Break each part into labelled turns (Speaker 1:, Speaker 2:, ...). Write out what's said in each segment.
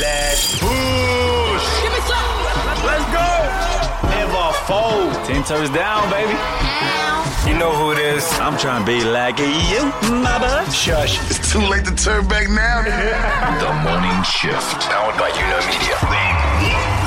Speaker 1: Let's push.
Speaker 2: Give me some.
Speaker 1: Let's go. Never fold.
Speaker 3: Ten toes down, baby.
Speaker 1: You know who it is.
Speaker 3: I'm trying to be like you, mama.
Speaker 1: Shush.
Speaker 4: It's too late to turn back now.
Speaker 5: The Morning Shift, powered by Unimedia.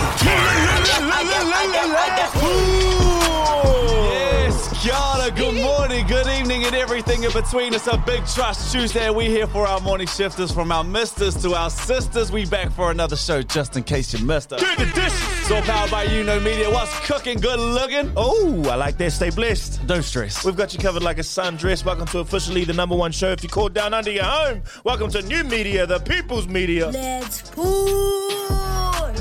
Speaker 3: Yes, Kiana, good morning, good evening, and everything in between. It's a big trust Tuesday. We're here for our morning shifters from our misters to our sisters. We back for another show just in case you missed us.
Speaker 1: the dish.
Speaker 3: So powered by You Know Media. What's cooking? Good looking.
Speaker 1: Oh, I like that. Stay blessed.
Speaker 3: Don't stress.
Speaker 1: We've got you covered like a sundress. Welcome to officially the number one show. If you call down under your home, welcome to new media, the people's media.
Speaker 2: Let's push.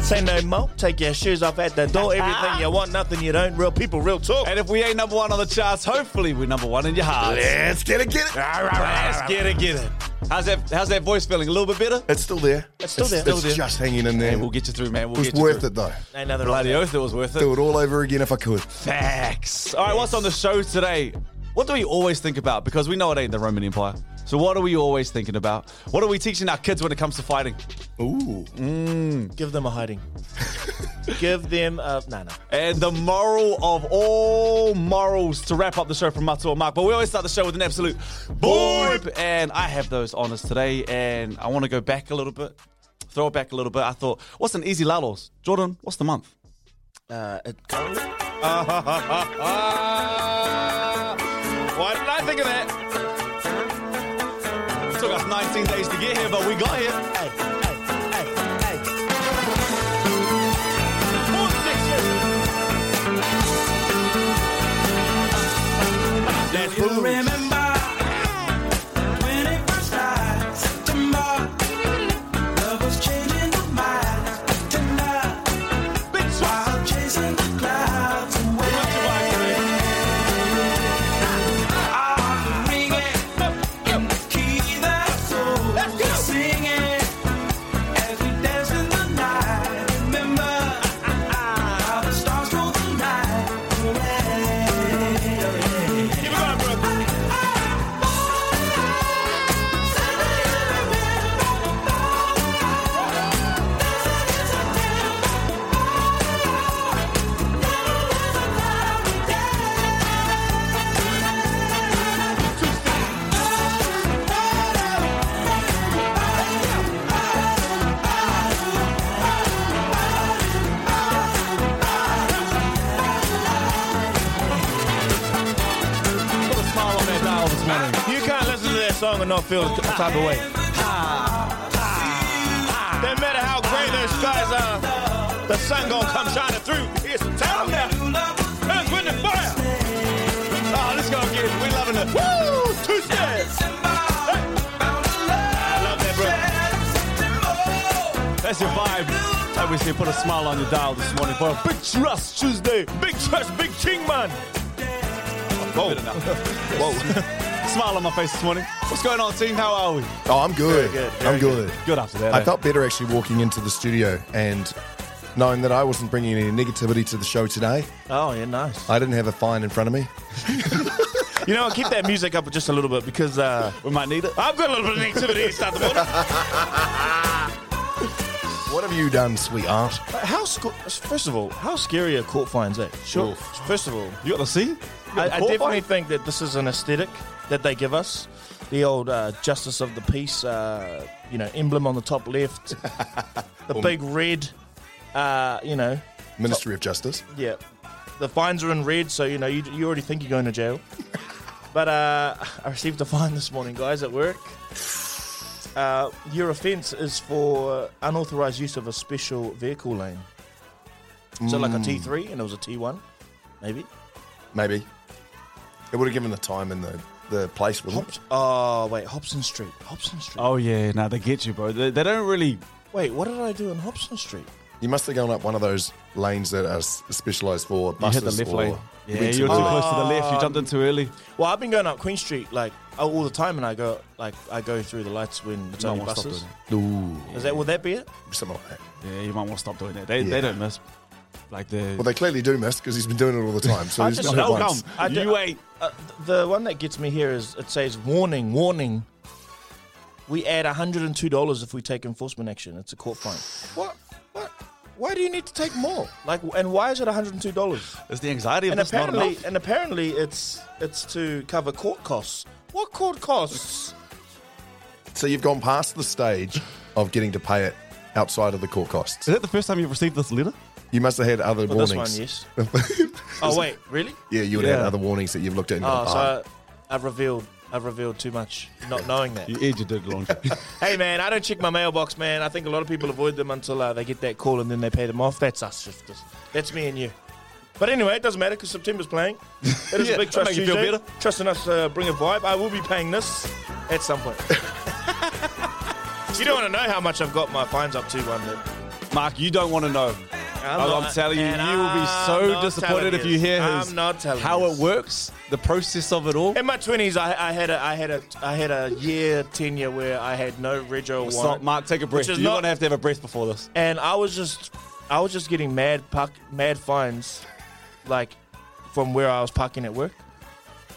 Speaker 1: Say no more. Take your shoes off at the door. Everything you want, nothing you don't. Real people, real talk.
Speaker 3: And if we ain't number one on the charts, hopefully we're number one in your hearts.
Speaker 4: Let's get it, get it.
Speaker 3: Let's get it, get it. How's that? How's that voice feeling? A little bit better?
Speaker 4: It's still there. It's
Speaker 1: still there.
Speaker 4: It's,
Speaker 3: Still there.
Speaker 4: just hanging in there.
Speaker 3: Hey, we'll get you through, man. We'll
Speaker 4: it was
Speaker 3: get you
Speaker 4: worth
Speaker 3: through.
Speaker 4: it though.
Speaker 1: Ain't nothing like
Speaker 3: Bloody
Speaker 1: that.
Speaker 3: oath, it was worth it.
Speaker 4: Do it all over again if I could.
Speaker 3: Facts. All right, what's on the show today? What do we always think about? Because we know it ain't the Roman Empire. So what are we always thinking about? What are we teaching our kids when it comes to fighting?
Speaker 4: Ooh.
Speaker 1: Give them a hiding. Give them a. Nah, nah.
Speaker 3: And the moral of all morals to wrap up the show from Matu and Mark. But we always start the show with an absolute boop. And I have those honors today. And I want to go back a little bit, throw it back a little bit. I thought, what's an easy lalos? Jordan, what's the month?
Speaker 1: Uh, it- Why did I think of that?
Speaker 3: It took us 19 days to get here, but we got here.
Speaker 1: Hey, hey, hey, hey.
Speaker 3: That's
Speaker 6: You remember when it first started, September. Love was changing the mind, tonight. While chasing the clouds away, I'm ringing in the key that soul is singing as we dance in the night. Remember how the stars stole the night away.
Speaker 3: Put a smile on that dial this morning.
Speaker 1: You can't listen to that song and not feel the type of way. No matter how grey those skies are, the sun gonna come shining through. Here's the town now. Earth, wind, and fire. Oh, this gonna get it. We loving it. Woo! Tuesday. I love that,
Speaker 3: That's your vibe. Like we said, put a smile on your dial this morning for a big trust Tuesday.
Speaker 1: bro. Big trust, big king, man.
Speaker 3: Whoa. Whoa. smile on my face this morning. What's going on, team? How are we?
Speaker 4: Oh, I'm good.
Speaker 1: Very good, very
Speaker 4: I'm good.
Speaker 3: Good after that.
Speaker 4: I
Speaker 3: eh?
Speaker 4: felt better actually walking into the studio and knowing that I wasn't bringing any negativity to the show today.
Speaker 1: Oh, yeah, nice.
Speaker 4: I didn't have a fine in front of me.
Speaker 1: You know, what, keep that music up just a little bit because uh,
Speaker 3: we might need it.
Speaker 1: I've got a little bit of negativity inside the morning.
Speaker 4: What have you done, sweetheart?
Speaker 1: How sc- first of all, how scary are court fines? Eh? Sure. First of all,
Speaker 3: You got the C? You got
Speaker 1: I,
Speaker 3: the
Speaker 1: I
Speaker 3: court
Speaker 1: definitely
Speaker 3: fine?
Speaker 1: think that this is an aesthetic that they give us. The old uh, justice of the peace, uh, you know, emblem on the top left, the big red, uh, you know,
Speaker 4: Ministry of Justice.
Speaker 1: yeah. The fines are in red, so you know you, you already think you're going to jail. but uh, I received a fine this morning, guys, at work. Uh, your offence is for unauthorised use of a special vehicle lane. So like a T3, and it was a T1, maybe.
Speaker 4: Maybe. It would have given the time and the, the place, wouldn't it?
Speaker 1: Hops- oh wait, Hobson Street. Hobson Street.
Speaker 3: Oh, yeah. Now they get you, bro. They, they don't really.
Speaker 1: Wait, what did I do in Hobson Street?
Speaker 4: You must have gone up one of those lanes that are s- specialised for
Speaker 3: You
Speaker 4: buses.
Speaker 3: hit the left
Speaker 4: or
Speaker 3: lane.
Speaker 4: you
Speaker 3: Yeah,
Speaker 4: went
Speaker 3: you were
Speaker 4: the
Speaker 3: too
Speaker 4: left.
Speaker 3: close to the left. You jumped in too early.
Speaker 1: Well, I've been going up Queen Street like all all the time, and I go like I go through the lights when it's
Speaker 3: No
Speaker 1: only
Speaker 3: one stopped
Speaker 1: buses.
Speaker 3: doing
Speaker 4: Ooh,
Speaker 1: Is that would that be it?
Speaker 4: something like that.
Speaker 3: Yeah, you might want to stop doing that. They, they
Speaker 4: Yeah.
Speaker 3: don't miss. Like the.
Speaker 4: Well, they clearly do miss because he's been doing it all the time. So
Speaker 1: I
Speaker 4: he's
Speaker 1: just
Speaker 4: done it
Speaker 1: know
Speaker 4: once.
Speaker 1: them. I
Speaker 3: you
Speaker 1: do-
Speaker 3: ain't.
Speaker 1: Uh, th- the one that gets me here is it says warning, warning. We add $102 if we take enforcement action. It's a court fine.
Speaker 4: What? What? Why do you need to take more?
Speaker 1: Like, and why is it $102?
Speaker 3: It's the anxiety of
Speaker 1: And
Speaker 3: this not
Speaker 1: apparently,
Speaker 3: enough.
Speaker 1: and apparently, it's it's to cover court costs. What court costs?
Speaker 4: So you've gone past the stage of getting to pay it outside of the court costs.
Speaker 3: Is that the first time you've received this letter?
Speaker 4: You must have had other
Speaker 1: Well, this one,
Speaker 4: warnings.
Speaker 1: yes. oh wait, really?
Speaker 4: Yeah, you would have
Speaker 3: Yeah.
Speaker 4: had other warnings that you've looked at and
Speaker 1: Oh,
Speaker 4: gone,
Speaker 1: so
Speaker 4: "Ah."
Speaker 1: I, I've revealed I've revealed too much, not knowing that.
Speaker 3: You edged it along.
Speaker 1: Hey man, I don't check my mailbox, man. I think a lot of people avoid them until uh, they get that call and then they pay them off. That's us shifters. That's me and you. But anyway, it doesn't matter because September's playing. It is
Speaker 3: Yeah,
Speaker 1: a big
Speaker 3: that
Speaker 1: trust
Speaker 3: make you feel
Speaker 1: Tuesday.
Speaker 3: better.
Speaker 1: Trusting us uh, bring a vibe. I will be paying this at some point. you don't want to know how much I've got my fines up to one day.
Speaker 3: Mark, you don't want to know.
Speaker 1: I'm,
Speaker 3: I'm,
Speaker 1: not-
Speaker 3: telling you, you
Speaker 1: and
Speaker 3: will be
Speaker 1: I'm
Speaker 3: so
Speaker 1: not
Speaker 3: disappointed if
Speaker 1: telling
Speaker 3: you hear his,
Speaker 1: I'm not telling
Speaker 3: how
Speaker 1: you.
Speaker 3: it works, the process of it all.
Speaker 1: In my twenties, I, I had a, I had a, I had a year tenure where I had no rego warrant.
Speaker 3: Stop, Mark, take a breath.
Speaker 1: Which is
Speaker 3: You're
Speaker 1: not-
Speaker 3: going to have to have a breath before this.
Speaker 1: and I was just, I was just getting mad puck, mad fines, like from where I was parking at work.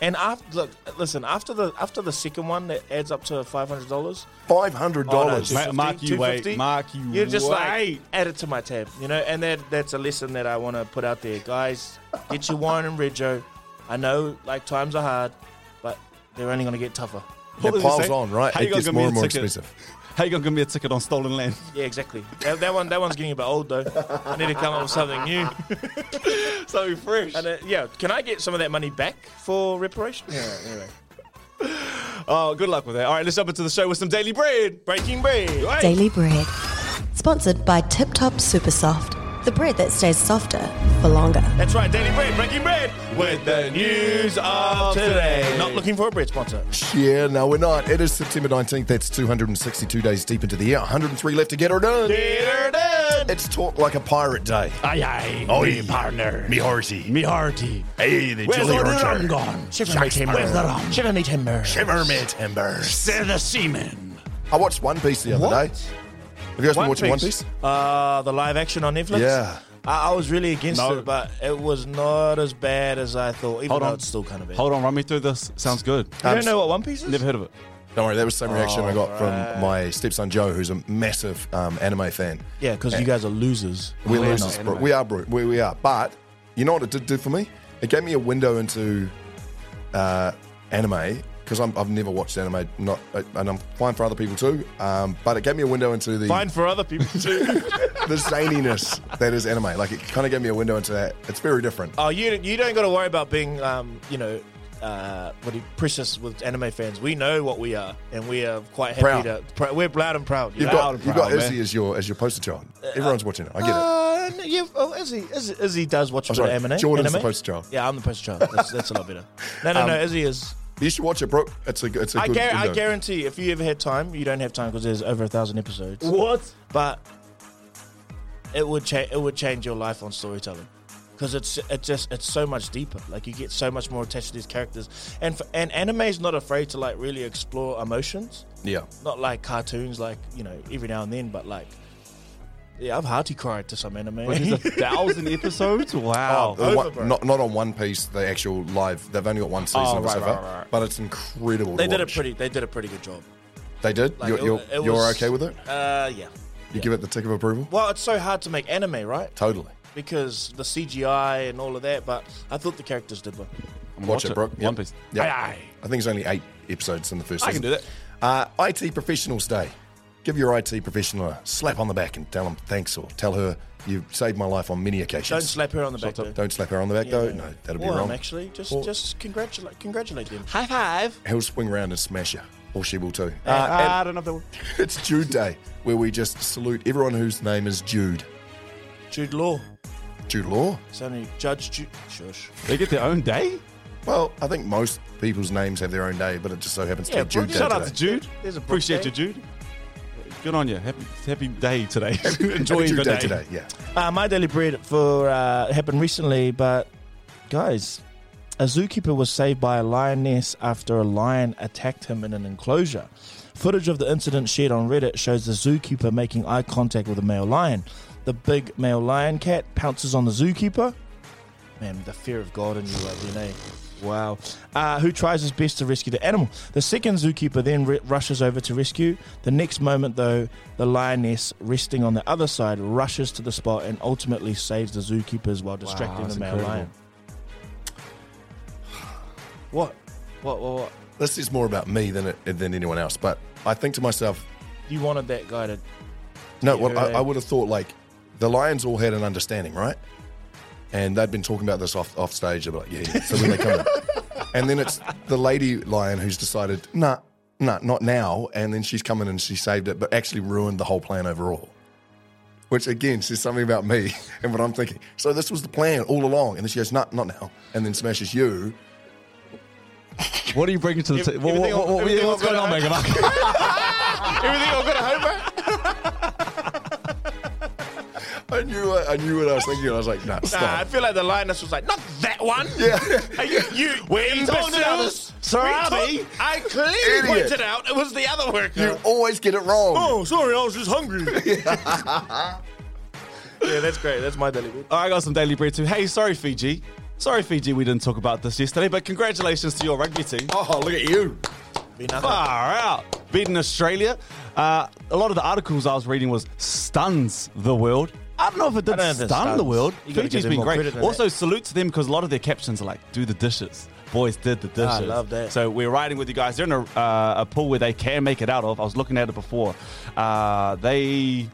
Speaker 1: And after, look, listen, after the after the second one that adds up to five hundred dollars,
Speaker 4: $500.
Speaker 1: Oh, no,
Speaker 3: Ma- Mark, you
Speaker 1: 250?
Speaker 3: wait. Mark, you
Speaker 1: you're just
Speaker 3: wait.
Speaker 1: like add it to my tab, you know. And that that's a lesson that I want to put out there, guys. Get your wine and rego. I know like times are hard, but they're only going to get tougher.
Speaker 3: What
Speaker 4: It
Speaker 3: does it
Speaker 4: piles
Speaker 3: say?
Speaker 4: on, right?
Speaker 3: How
Speaker 4: it
Speaker 3: you gonna
Speaker 4: gets
Speaker 3: give
Speaker 4: more
Speaker 3: me a
Speaker 4: and more
Speaker 3: ticket?
Speaker 4: expensive.
Speaker 3: How you going to give me a ticket on stolen land?
Speaker 1: Yeah, exactly. That, that one, that one's getting a bit old though. I need to come up with something new.
Speaker 3: so fresh.
Speaker 1: And uh, yeah, can I get some of that money back for reparation? Yeah. Anyway,
Speaker 3: Oh, good luck with that. All right, let's jump into the show with some daily bread.
Speaker 1: breaking bread.
Speaker 7: Daily Bread. Sponsored by Tip Top Super Soft, the bread that stays softer for longer.
Speaker 1: That's right, daily bread, breaking bread.
Speaker 3: With the news of today.
Speaker 1: Not looking for a bread sponsor.
Speaker 4: Yeah, no, we're not. It is September 19th. That's 262 days deep into the year. 103 left to get her done. It's Talk Like a Pirate Day.
Speaker 3: Aye, aye. Oh, me partner. Me hearty. Me hearty.
Speaker 4: Hey, the Where's
Speaker 3: gone?
Speaker 1: Shiver me
Speaker 3: Where's the rum?
Speaker 1: Shiver me timber.
Speaker 4: timbers.
Speaker 3: They're the seamen.
Speaker 4: I watched One Piece the other
Speaker 1: What?
Speaker 4: day. Have you guys been watching One Piece?
Speaker 1: Uh, the live action on Netflix.
Speaker 4: Yeah.
Speaker 1: I, I was really against
Speaker 3: No.
Speaker 1: it, but it was not as bad as I thought. Even
Speaker 3: Hold
Speaker 1: though
Speaker 3: on.
Speaker 1: it's still kind of bad. Um,
Speaker 3: Hold on, run me through this. Sounds good.
Speaker 1: You don't know what One Piece is?
Speaker 3: Never heard of it.
Speaker 4: Don't worry, that was the same reaction
Speaker 1: Oh,
Speaker 4: I got from my stepson Joe, who's a massive um, anime fan.
Speaker 1: Yeah, because you guys are losers.
Speaker 4: We're
Speaker 1: We're
Speaker 4: losers,
Speaker 1: not.
Speaker 4: bro. We are, bro. We, we are. But you know what it did do for me? It gave me a window into uh, anime because I've never watched anime, not, uh, and I'm fine for other people too. Um, but it gave me a window into the
Speaker 1: Fine for other people too.
Speaker 4: the zaniness that is anime. Like it kind of gave me a window into that. It's very different.
Speaker 1: Oh, you you don't got to worry about being, um, you know, uh, what do you, precious with anime fans. We know what we are, and we are quite happy
Speaker 4: Proud.
Speaker 1: to. Pr- we're proud and proud. you
Speaker 4: You've
Speaker 1: know?
Speaker 4: got
Speaker 3: and
Speaker 4: you've
Speaker 3: proud,
Speaker 4: got
Speaker 3: man.
Speaker 4: Izzy as your as your poster child. Everyone's watching it. I get it.
Speaker 1: Uh, n- yeah, oh, Izzy, Izzy, Izzy does watch a
Speaker 4: I'm
Speaker 1: bit of
Speaker 4: sorry,
Speaker 1: anime.
Speaker 4: Jordan's
Speaker 1: anime.
Speaker 4: the poster child.
Speaker 1: Yeah, I'm the poster child. That's, that's a lot better. No, no, no. Izzy is.
Speaker 4: You should watch it, Brooke. It's a it's a
Speaker 1: I,
Speaker 4: good.
Speaker 1: gar- I
Speaker 4: window.
Speaker 1: guarantee, if you ever had time, you don't have time because there's over a thousand episodes.
Speaker 3: What?
Speaker 1: But it would change. It would change your life on storytelling because it's it just it's so much deeper. Like you get so much more attached to these characters, and for, and anime is not afraid to like really explore emotions.
Speaker 4: Yeah.
Speaker 1: Not like cartoons, like you know, every now and then, but like. Yeah, I've hearty cried to some anime.
Speaker 3: There's a thousand episodes?
Speaker 1: Oh,
Speaker 3: Wow.
Speaker 4: The one-
Speaker 1: over, bro.
Speaker 4: not not on One Piece. The actual live. They've only got one season
Speaker 3: Oh,
Speaker 4: of
Speaker 3: right,
Speaker 4: so
Speaker 3: right,
Speaker 4: far,
Speaker 3: right, right.
Speaker 4: but it's incredible.
Speaker 1: they
Speaker 4: to
Speaker 1: did a
Speaker 4: watch.
Speaker 1: pretty. They did a pretty good job.
Speaker 4: They did.
Speaker 1: Like,
Speaker 4: you're
Speaker 1: it-
Speaker 4: you're,
Speaker 1: it
Speaker 4: you're
Speaker 1: was-
Speaker 4: okay with it?
Speaker 1: Uh, yeah.
Speaker 4: You give it the tick of approval?
Speaker 1: Well, it's so hard to make anime, right?
Speaker 4: Totally.
Speaker 1: Because the CGI and all of that. But I thought the characters did well.
Speaker 3: I'm gonna
Speaker 4: Watch, it, bro.
Speaker 3: One
Speaker 4: Yep.
Speaker 3: Piece.
Speaker 4: Yep.
Speaker 3: Aye, aye.
Speaker 4: I think there's only eight episodes in the first
Speaker 3: I
Speaker 4: season.
Speaker 3: can do that.
Speaker 4: Uh, IT Professionals Day. Give your IT professional a slap on the back and tell him thanks or tell her you saved my life on many occasions.
Speaker 1: Don't slap her on the back.
Speaker 4: Don't,
Speaker 1: though.
Speaker 4: slap her on the back, though. No, that'll
Speaker 1: Or
Speaker 4: be wrong.
Speaker 1: him, actually. Just
Speaker 4: Or-
Speaker 1: just congratulate congratulate them.
Speaker 3: High five.
Speaker 4: He'll swing round and smash her, or she will too.
Speaker 3: Uh,
Speaker 4: Uh,
Speaker 3: I don't know if that works.
Speaker 4: it's Jude Day, where we just salute everyone whose name is Jude.
Speaker 1: Jude Law.
Speaker 4: Jude Law?
Speaker 1: It's only Judge Jude. Shush.
Speaker 3: They get their own day?
Speaker 4: Well, I think most people's names have their own day, but it just so happens to
Speaker 1: Yeah,
Speaker 4: be Jude
Speaker 1: Brooke,
Speaker 4: Day.
Speaker 3: Shout
Speaker 1: shut
Speaker 3: out
Speaker 4: today.
Speaker 3: to Jude.
Speaker 1: There's a Brooke
Speaker 3: Appreciate
Speaker 1: day.
Speaker 3: you, Jude. Good on you. Happy, happy day today. Enjoy
Speaker 4: Happy Jude
Speaker 3: your
Speaker 4: Day
Speaker 3: day.
Speaker 4: today, yeah.
Speaker 1: Uh, my daily bread for uh, happened recently, but guys, a zookeeper was saved by a lioness after a lion attacked him in an enclosure. Footage of the incident shared on Reddit shows the zookeeper making eye contact with a male lion. The big male lion cat pounces on the zookeeper. Man, the fear of God in you right then, eh? Wow. Uh, who tries his best to rescue the animal. The second zookeeper then re- rushes over to rescue. The next moment, though, the lioness resting on the other side rushes to the spot and ultimately saves the zookeepers while distracting
Speaker 3: that's
Speaker 1: the male
Speaker 3: incredible.
Speaker 1: lion. What? What? What? What?
Speaker 4: This is more about me than it, than anyone else. But I think to myself,
Speaker 1: You wanted that guy to.
Speaker 4: No,
Speaker 1: Yeah,
Speaker 4: well,
Speaker 1: right.
Speaker 4: I, I would have thought like the Lions all had an understanding, right? And they'd been talking about this off off stage. They're like, yeah. yeah. So when they come in, and then it's the lady lion who's decided, nah, nah, not now. And then she's come in and she saved it, but actually ruined the whole plan overall. Which again says something about me and what I'm thinking. So this was the plan all along, and then she goes, nah, not now, and then smashes you.
Speaker 3: What are you bringing to the table? What,
Speaker 1: everything
Speaker 3: what,
Speaker 1: on-
Speaker 3: what-
Speaker 1: everything
Speaker 3: what's
Speaker 1: on
Speaker 3: going on, Megan?
Speaker 1: Everything all good at home, bro?
Speaker 4: I knew, I, I knew what I was thinking. and I was like, nah,
Speaker 1: Nah, I
Speaker 4: stop.
Speaker 1: feel like the lioness was like, not that one. Yeah. Are you, you, we're
Speaker 3: imbeciles.
Speaker 1: Sarabi. I clearly
Speaker 4: Idiot.
Speaker 1: pointed out it was the other worker.
Speaker 4: you always get it wrong.
Speaker 1: Oh, sorry, I was just hungry. yeah, that's great. That's my daily
Speaker 3: All right, I got some daily bread too. Hey, sorry, Fiji. Sorry, Fiji, we didn't talk about this yesterday, but congratulations to your rugby team.
Speaker 4: Oh, look at you.
Speaker 3: Far out. Beating Australia. Uh, a lot of the articles I was reading was stuns the world. I don't know if it did
Speaker 1: I don't know if it
Speaker 3: stun the
Speaker 1: stuns.
Speaker 3: world.
Speaker 1: You gotta
Speaker 3: Fiji's
Speaker 1: give them
Speaker 3: been
Speaker 1: more credit
Speaker 3: great.
Speaker 1: than
Speaker 3: Also, salute to them because a lot of their captions are like, do the dishes. Boys did the dishes.
Speaker 1: Ah, I love that.
Speaker 3: So we're riding with you guys. They're in a, uh, a pool where they can make it out of. I was looking at it before. Uh, they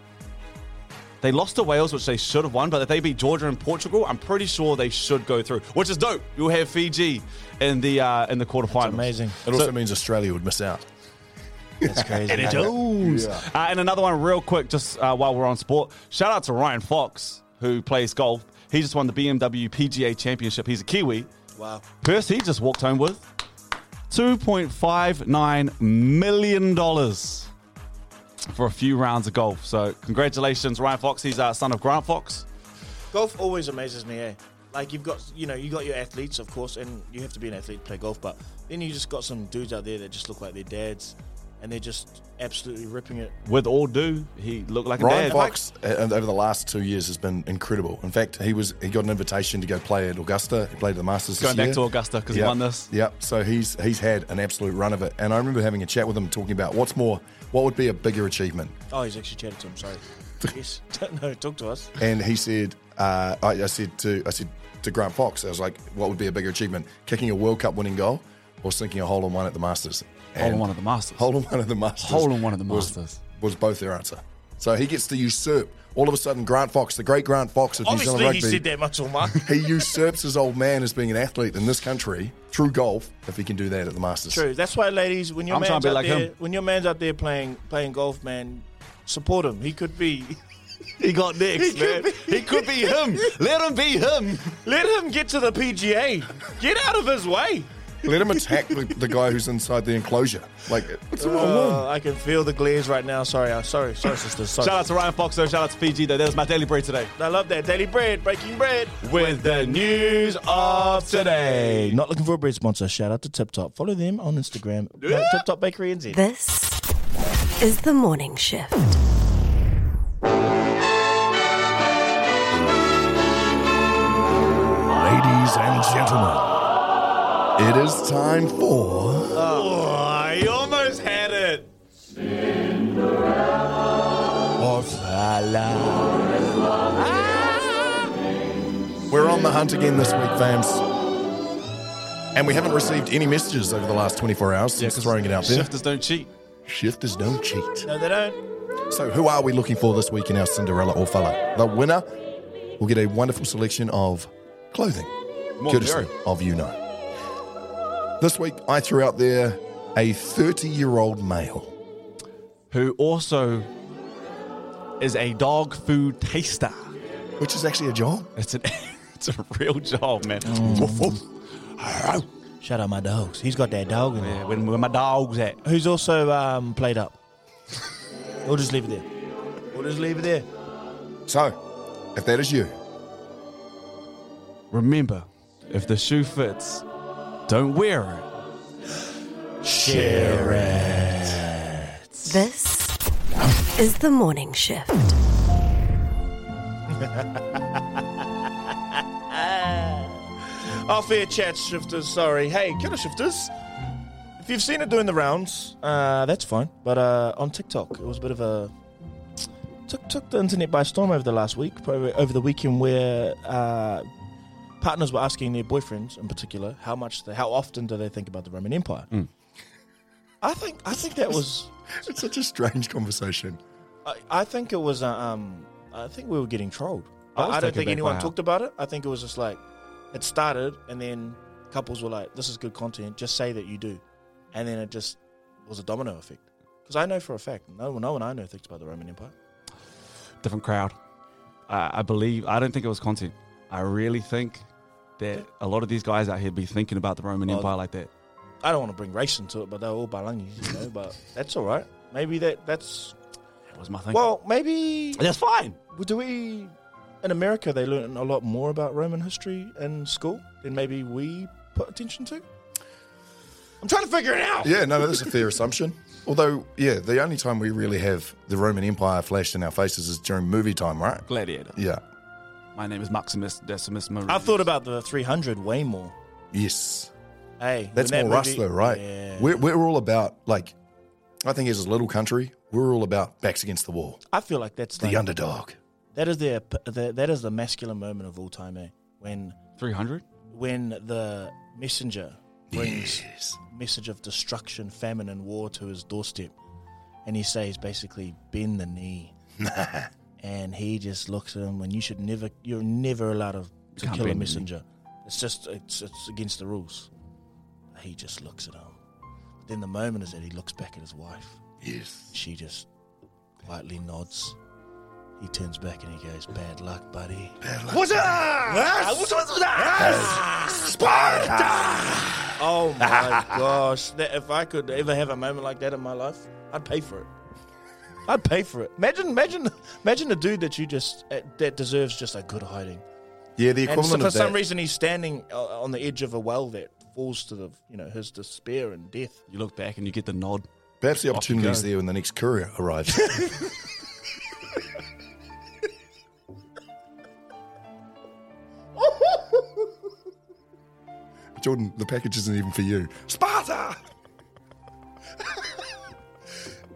Speaker 3: they lost to Wales, which they should have won, but if they beat Georgia and Portugal, I'm pretty sure they should go through, which is dope. You'll have Fiji in the uh, in the quarterfinals.
Speaker 1: amazing.
Speaker 4: It also means Australia would miss out.
Speaker 1: That's crazy.
Speaker 3: Eddie Jones.
Speaker 4: Yeah.
Speaker 3: Uh, and another one, real quick, just uh, while we're on sport. Shout out to Ryan Fox, who plays golf. He just won the BMW PGA Championship. He's a Kiwi.
Speaker 1: Wow.
Speaker 3: First, he just walked home with $2.59 million for a few rounds of golf. So, congratulations, Ryan Fox. He's uh, son of Grant Fox.
Speaker 1: Golf always amazes me, eh? Like you've got, you know, you got your athletes, of course, and you have to be an athlete to play golf. But then you just got some dudes out there that just look like their dads, and they're just absolutely ripping it.
Speaker 3: With all due, he looked like a
Speaker 4: Ryan
Speaker 3: dad.
Speaker 4: Fox uh, over the last two years has been incredible. In fact, he was he got an invitation to go play at Augusta. He played the Masters.
Speaker 3: Going
Speaker 4: this
Speaker 3: back
Speaker 4: year.
Speaker 3: to Augusta 'cause he
Speaker 4: Yep.
Speaker 3: won this.
Speaker 4: Yep. So he's he's had an absolute run of it. And I remember having a chat with him talking about what's more, what would be a bigger achievement.
Speaker 1: Oh, he's actually chatted to him. Sorry. yes. no, talk to us.
Speaker 4: And he said, uh, I, I said to I said to Grant Fox, I was like, what would be a bigger achievement, kicking a World Cup winning goal or sinking a hole in one at the Masters?
Speaker 3: Hole in
Speaker 4: And
Speaker 3: one at the Masters.
Speaker 4: Hole in one at the Masters.
Speaker 3: Hole in one at the
Speaker 4: was-
Speaker 3: Masters.
Speaker 4: was both their answer. So he gets to usurp. All of a sudden, Grant Fox, the great Grant Fox of New
Speaker 1: Obviously,
Speaker 4: Zealand
Speaker 1: he
Speaker 4: rugby,
Speaker 1: said that much all Mark.
Speaker 4: he usurps his old man as being an athlete in this country through golf if he can do that at the Masters.
Speaker 1: True. That's why, ladies, when your
Speaker 3: I'm trying
Speaker 1: man's
Speaker 3: to be
Speaker 1: out
Speaker 3: like
Speaker 1: there,
Speaker 3: him.
Speaker 1: when your man's out there playing playing golf, man, support him. He could be.
Speaker 3: He got next, man. he could be him. Let him be him.
Speaker 1: Let him get to the PGA. Get out of his way.
Speaker 4: Let him attack the, the guy who's inside the enclosure. Like, it's a
Speaker 1: Uh, I can feel the glares right now. Sorry, I sorry, sorry, sisters. Sorry.
Speaker 3: Shout out to Ryan Fox, though. Shout out to Fiji, though. That was my daily break today.
Speaker 1: I love that daily bread, breaking bread.
Speaker 3: With the news of today.
Speaker 1: Not looking for a bread sponsor. Shout out to Tip Top. Follow them on Instagram. at Tip Top Bakery NZ.
Speaker 2: This is the morning shift.
Speaker 4: Ladies and gentlemen, it is time for
Speaker 3: Oh, you almost had it.
Speaker 4: We're on the Hunt again this week, fams. And we haven't received any messages over the last 24 hours since throwing it out there.
Speaker 3: Shifters don't cheat.
Speaker 4: Shifters don't cheat.
Speaker 1: No, they don't.
Speaker 4: So, who are we looking for this week in our Cinderella or Fella? The winner will get a wonderful selection of clothing,
Speaker 3: More
Speaker 4: courtesy
Speaker 3: Mary.
Speaker 4: of you know. This week, I threw out there a 30 year old male.
Speaker 3: Who also is a dog food taster.
Speaker 4: Which is actually a job.
Speaker 3: It's, an, it's a real job, man.
Speaker 1: Oh.
Speaker 3: Woof,
Speaker 4: Mm.
Speaker 3: woof.
Speaker 1: Shout out my dogs. He's got that dog in there.
Speaker 3: Yeah, when, where my dog's at.
Speaker 1: Who's also um, played up. We'll just leave it there. We'll just leave it there.
Speaker 4: So, if that is you,
Speaker 3: Remember, if the shoe fits, don't wear it.
Speaker 1: Share it.
Speaker 2: This is the morning shift.
Speaker 1: Oh, fair chat, shifters. Sorry. Hey, get a shifters. If you've seen it doing the rounds, uh, that's fine. But uh, on TikTok, it was a bit of a took took the internet by storm over the last week, probably over the weekend, where uh, partners were asking their boyfriends, in particular, how much, they, how often do they think about the Roman Empire? I think I think that was
Speaker 4: It's such a strange conversation.
Speaker 1: I, I think it was. uh, Um, I think we were getting trolled.
Speaker 3: I
Speaker 1: I,
Speaker 3: was
Speaker 1: I don't
Speaker 3: taken
Speaker 1: think
Speaker 3: back
Speaker 1: anyone
Speaker 3: by how-
Speaker 1: talked about it. I think it was just like it started, and then couples were like, "This is good content. Just say that you do," and then it just was a domino effect. Because I know for a fact, no one, no one I know thinks about the Roman Empire.
Speaker 3: different crowd. I I believe. I don't think it was content. I really think that a lot of these guys out here be thinking about the Roman
Speaker 1: Well,
Speaker 3: Empire like that.
Speaker 1: I don't want to bring race into it, but they're all Balangis, you know. but that's all right. Maybe that that's
Speaker 3: That was my thing.
Speaker 1: well, maybe
Speaker 3: that's fine.
Speaker 1: do we in America they learn a lot more about Roman history in school than maybe we put attention to. I'm trying to figure it out.
Speaker 4: Yeah, no, no, that's a fair assumption. Although, yeah, the only time we really have the Roman Empire flashed in our faces is during movie time, right?
Speaker 3: Gladiator.
Speaker 4: Yeah.
Speaker 3: My name is Maximus Decimus Meridius.
Speaker 1: I thought about the 300 way more.
Speaker 4: Yes.
Speaker 1: Hey,
Speaker 4: That's
Speaker 1: when
Speaker 4: more
Speaker 1: that
Speaker 4: us,
Speaker 1: movie-
Speaker 4: though, right?
Speaker 1: Yeah.
Speaker 4: We're, we're all about, like, I think as a little country, we're all about backs against the wall,
Speaker 1: I feel like that's
Speaker 4: the
Speaker 1: like-
Speaker 4: underdog.
Speaker 1: That is the, the that is the masculine moment of all time, eh? When
Speaker 3: 300.
Speaker 1: when the messenger brings
Speaker 4: Yes.
Speaker 1: message of destruction, famine, and war to his doorstep, and he says basically, "Bend the knee." and he just looks at him, and you should never, you're never allowed to, to
Speaker 3: can't
Speaker 1: kill
Speaker 3: bend the
Speaker 1: a
Speaker 3: knee.
Speaker 1: messenger. It's just, it's, it's against the rules. He just looks at him. Then the moment is that he looks back at his wife.
Speaker 4: Yes.
Speaker 1: She just quietly nods. He turns back and he goes, "Bad luck, buddy." Ah,
Speaker 4: What's up? What's up? Sparta!
Speaker 1: Oh my gosh! That, if I could ever have a moment like that in my life, I'd pay for it. I'd pay for it. Imagine, imagine, imagine a dude that you just uh, that deserves just a good hiding.
Speaker 4: Yeah, the
Speaker 1: And
Speaker 4: equivalent
Speaker 1: so for
Speaker 4: of that.
Speaker 1: some reason, he's standing uh, on the edge of a well that falls to the you know his despair and death.
Speaker 3: You look back and you get the nod.
Speaker 4: Perhaps the
Speaker 3: you
Speaker 4: opportunity's
Speaker 3: go.
Speaker 4: there when the next courier arrives. Jordan, the package isn't even for you. Sparta!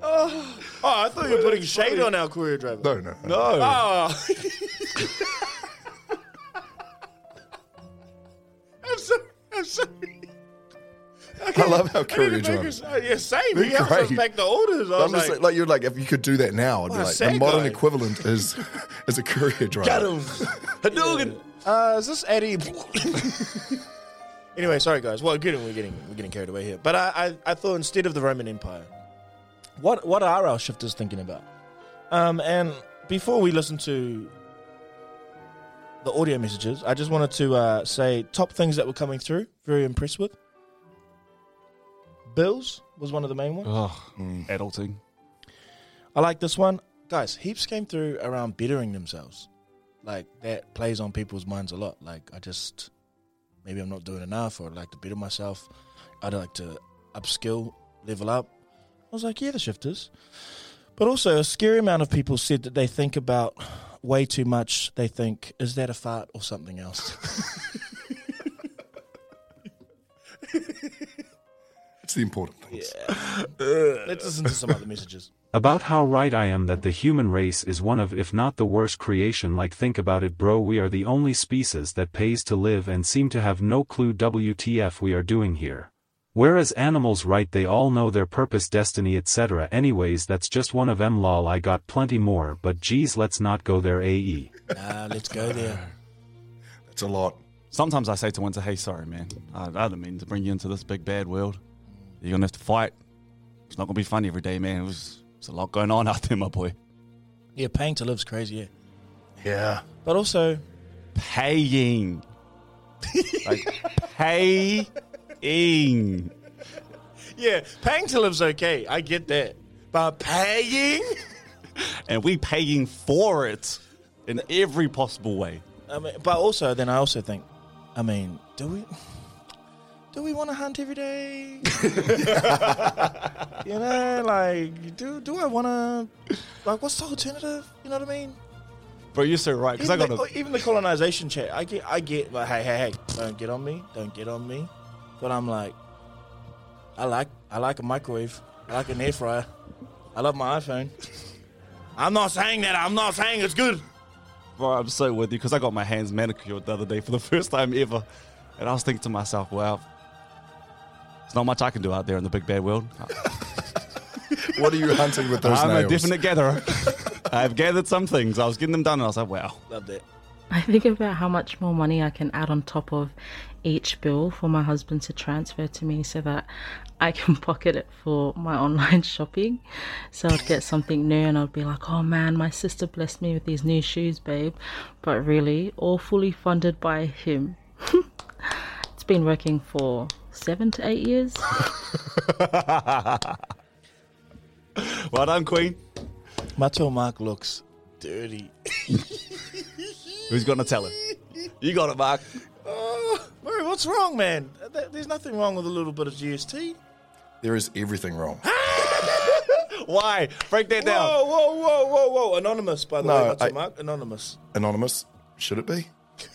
Speaker 1: Oh, I thought you were putting shade on our courier driver.
Speaker 4: No, no. no.
Speaker 1: Oh. I'm sorry. I'm sorry.
Speaker 4: I love how
Speaker 1: I need to
Speaker 4: courier
Speaker 1: make
Speaker 4: drivers.
Speaker 1: us- uh, yeah, same.
Speaker 4: They're
Speaker 1: he helps us
Speaker 4: great.
Speaker 1: make the orders. I
Speaker 4: I'm
Speaker 1: was
Speaker 4: just
Speaker 1: like,
Speaker 4: like, like you're like if you could do that now, I'd be
Speaker 1: What a
Speaker 4: like the
Speaker 1: sad
Speaker 4: modern
Speaker 1: guy.
Speaker 4: equivalent is is a courier driver.
Speaker 1: Hadougan. Uh, is this Eddie? anyway, sorry guys. Well, good, we're getting we're getting carried away here. But I, I I thought instead of the Roman Empire, what what are our shifters thinking about? Um, and before we listen to the audio messages, I just wanted to uh, say top things that were coming through. Very impressed with. Bills was one of the main ones.
Speaker 3: Oh, adulting.
Speaker 1: I like this one. Guys, heaps came through around bettering themselves. Like that plays on people's minds a lot. Like I just maybe I'm not doing enough or I'd like to better myself. I'd like to upskill, level up. I was like, yeah, the shifters. But also a scary amount of people said that they think about way too much. They think, is that a fart or something else?
Speaker 4: It's the important things.
Speaker 1: Let's listen to some other messages.
Speaker 8: About how right I am that the human race is one of if not the worst creation like think about it bro we are the only species that pays to live and seem to have no clue WTF we are doing here. Whereas animals right they all know their purpose destiny etc anyways that's just one of em lol I got plenty more but geez let's not go there E. AE.
Speaker 1: Nah, let's go there.
Speaker 4: It's a lot.
Speaker 3: Sometimes I say to Winter, hey, sorry, man. I, I didn't mean to bring you into this big bad world. You're going to have to fight. It's not going to be fun every day, man. It was, it's a lot going on out there, my boy.
Speaker 1: Yeah, paying to live's crazy, yeah.
Speaker 4: Yeah.
Speaker 1: But also,
Speaker 3: Paying. like, paying.
Speaker 1: yeah, paying to live's okay. I get that. But paying?
Speaker 3: And we paying for it in every possible way.
Speaker 1: I mean, but also, then I also think, I mean, do we do we want to hunt every day? you know, like, do do I want to? Like, what's the alternative? You know what I mean?
Speaker 3: Bro, you're so right. Because I
Speaker 1: Even,
Speaker 3: got
Speaker 1: the,
Speaker 3: a.
Speaker 1: even the colonization chat, I get, I get like, hey, hey, hey, don't get on me, don't get on me. But I'm like, I like, I like a microwave, I like an air fryer, I love my iPhone. I'm not saying that. I'm not saying it's good.
Speaker 3: Bro, I'm so with you because I got my hands manicured the other day for the first time ever. And I was thinking to myself, wow, there's not much I can do out there in the big bad world.
Speaker 4: What are you hunting with those
Speaker 3: I'm
Speaker 4: nails?
Speaker 3: a definite gatherer. I've gathered some things. I was getting them done and I was like, wow.
Speaker 1: Love that.
Speaker 9: I think about how much more money I can add on top of each bill for my husband to transfer to me so that I can pocket it for my online shopping. So I'd get something new and I'd be like, oh man, my sister blessed me with these new shoes, babe. But really, all fully funded by him. it's been working for seven to eight years.
Speaker 3: Well done, Queen.
Speaker 1: Mato Mark looks dirty.
Speaker 3: Who's going to tell him? You got it, Mark.
Speaker 1: Oh, Murray, what's wrong, man? Th- There's nothing wrong with a little bit of GST.
Speaker 4: there is everything wrong.
Speaker 3: Why? Break that down.
Speaker 1: Whoa, whoa, whoa, whoa, whoa! Anonymous, by the
Speaker 4: No,
Speaker 1: way, Mato
Speaker 4: I-
Speaker 1: Mark. Anonymous.
Speaker 4: Anonymous, should it be?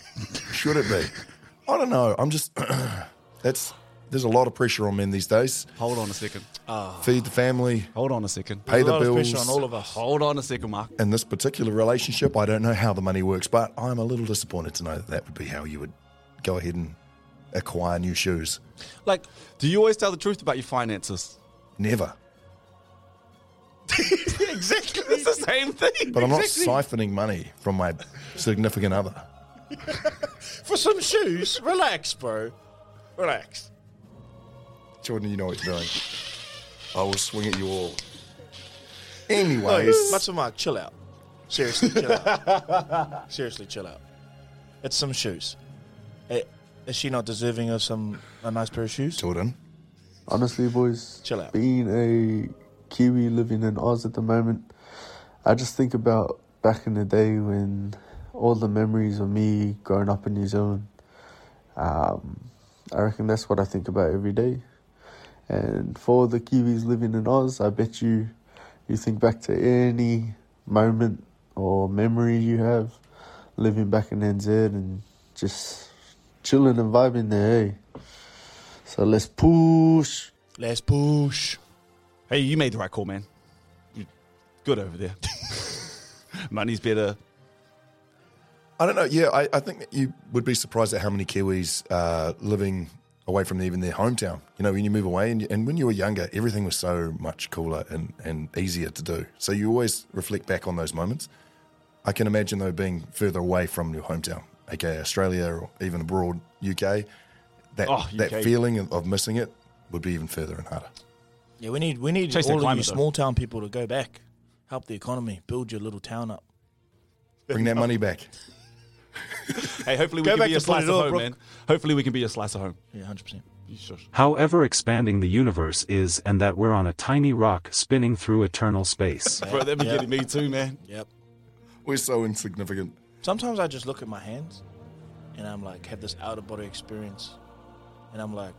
Speaker 4: should it be? I don't know. I'm just that's there's a lot of pressure on men these days.
Speaker 3: Hold on a second.
Speaker 4: Feed the family,
Speaker 3: Hold on a second.
Speaker 4: pay
Speaker 1: There's a
Speaker 4: the
Speaker 1: lot of pressure on
Speaker 4: bills.
Speaker 1: all of us.
Speaker 3: Hold on a second, Mark.
Speaker 4: In this particular relationship, I don't know how the money works, but I'm a little disappointed to know that that would be how you would go ahead and acquire new shoes.
Speaker 3: Like, do you always tell the truth about your finances?
Speaker 4: Never.
Speaker 3: exactly. It's the same thing.
Speaker 4: But I'm not
Speaker 3: Exactly.
Speaker 4: siphoning money from my significant other.
Speaker 1: For some shoes, relax, bro. Relax.
Speaker 4: Jordan, you know what you're doing. I will swing at you all. Anyways,
Speaker 1: Macho Mark, chill out. Seriously, chill out. Seriously, chill out. It's some shoes. Eh, Is she not deserving of some a nice pair of shoes?
Speaker 4: Jordan,
Speaker 10: Honestly, boys,
Speaker 1: Chill out.
Speaker 10: being a Kiwi living in Oz at the moment, I just think about back in the day when all the memories of me growing up in New Zealand. Um, I reckon that's what I think about every day. And for the Kiwis living in Oz, I bet you you think back to any moment or memory you have living back in NZ and just chilling and vibing there. eh? So let's push.
Speaker 1: Let's push.
Speaker 3: Hey, you made the right call, man. You- Good over there. Money's better.
Speaker 4: I don't know. Yeah, I, I think that you would be surprised at how many Kiwis uh, living away from even their hometown. You know, when you move away and, and when you were younger, everything was so much cooler and, and easier to do. So you always reflect back on those moments. I can imagine, though, being further away from your hometown, aka Australia or even abroad, UK, that,
Speaker 3: Oh,
Speaker 4: that
Speaker 3: UK.
Speaker 4: feeling of, of missing it would be even further and harder.
Speaker 1: Yeah, we need we need
Speaker 3: Chase that
Speaker 1: all of you
Speaker 3: climate, though.
Speaker 1: small town people to go back, help the economy, build your little town up.
Speaker 4: Bring that money back.
Speaker 3: Hey, hopefully we
Speaker 1: Go
Speaker 3: can
Speaker 1: back
Speaker 3: be
Speaker 1: to
Speaker 3: a slice of
Speaker 1: Polydor,
Speaker 3: home,
Speaker 1: Brooke.
Speaker 3: man. Hopefully we can be a slice of home.
Speaker 1: Yeah, hundred percent.
Speaker 3: You shush.
Speaker 8: However expanding the universe is and that we're on a tiny rock spinning through eternal space.
Speaker 3: Bro, that be getting me too, man.
Speaker 1: Yep.
Speaker 4: We're so insignificant.
Speaker 1: Sometimes I just look at my hands, and I'm like, have this out of body experience, and I'm like,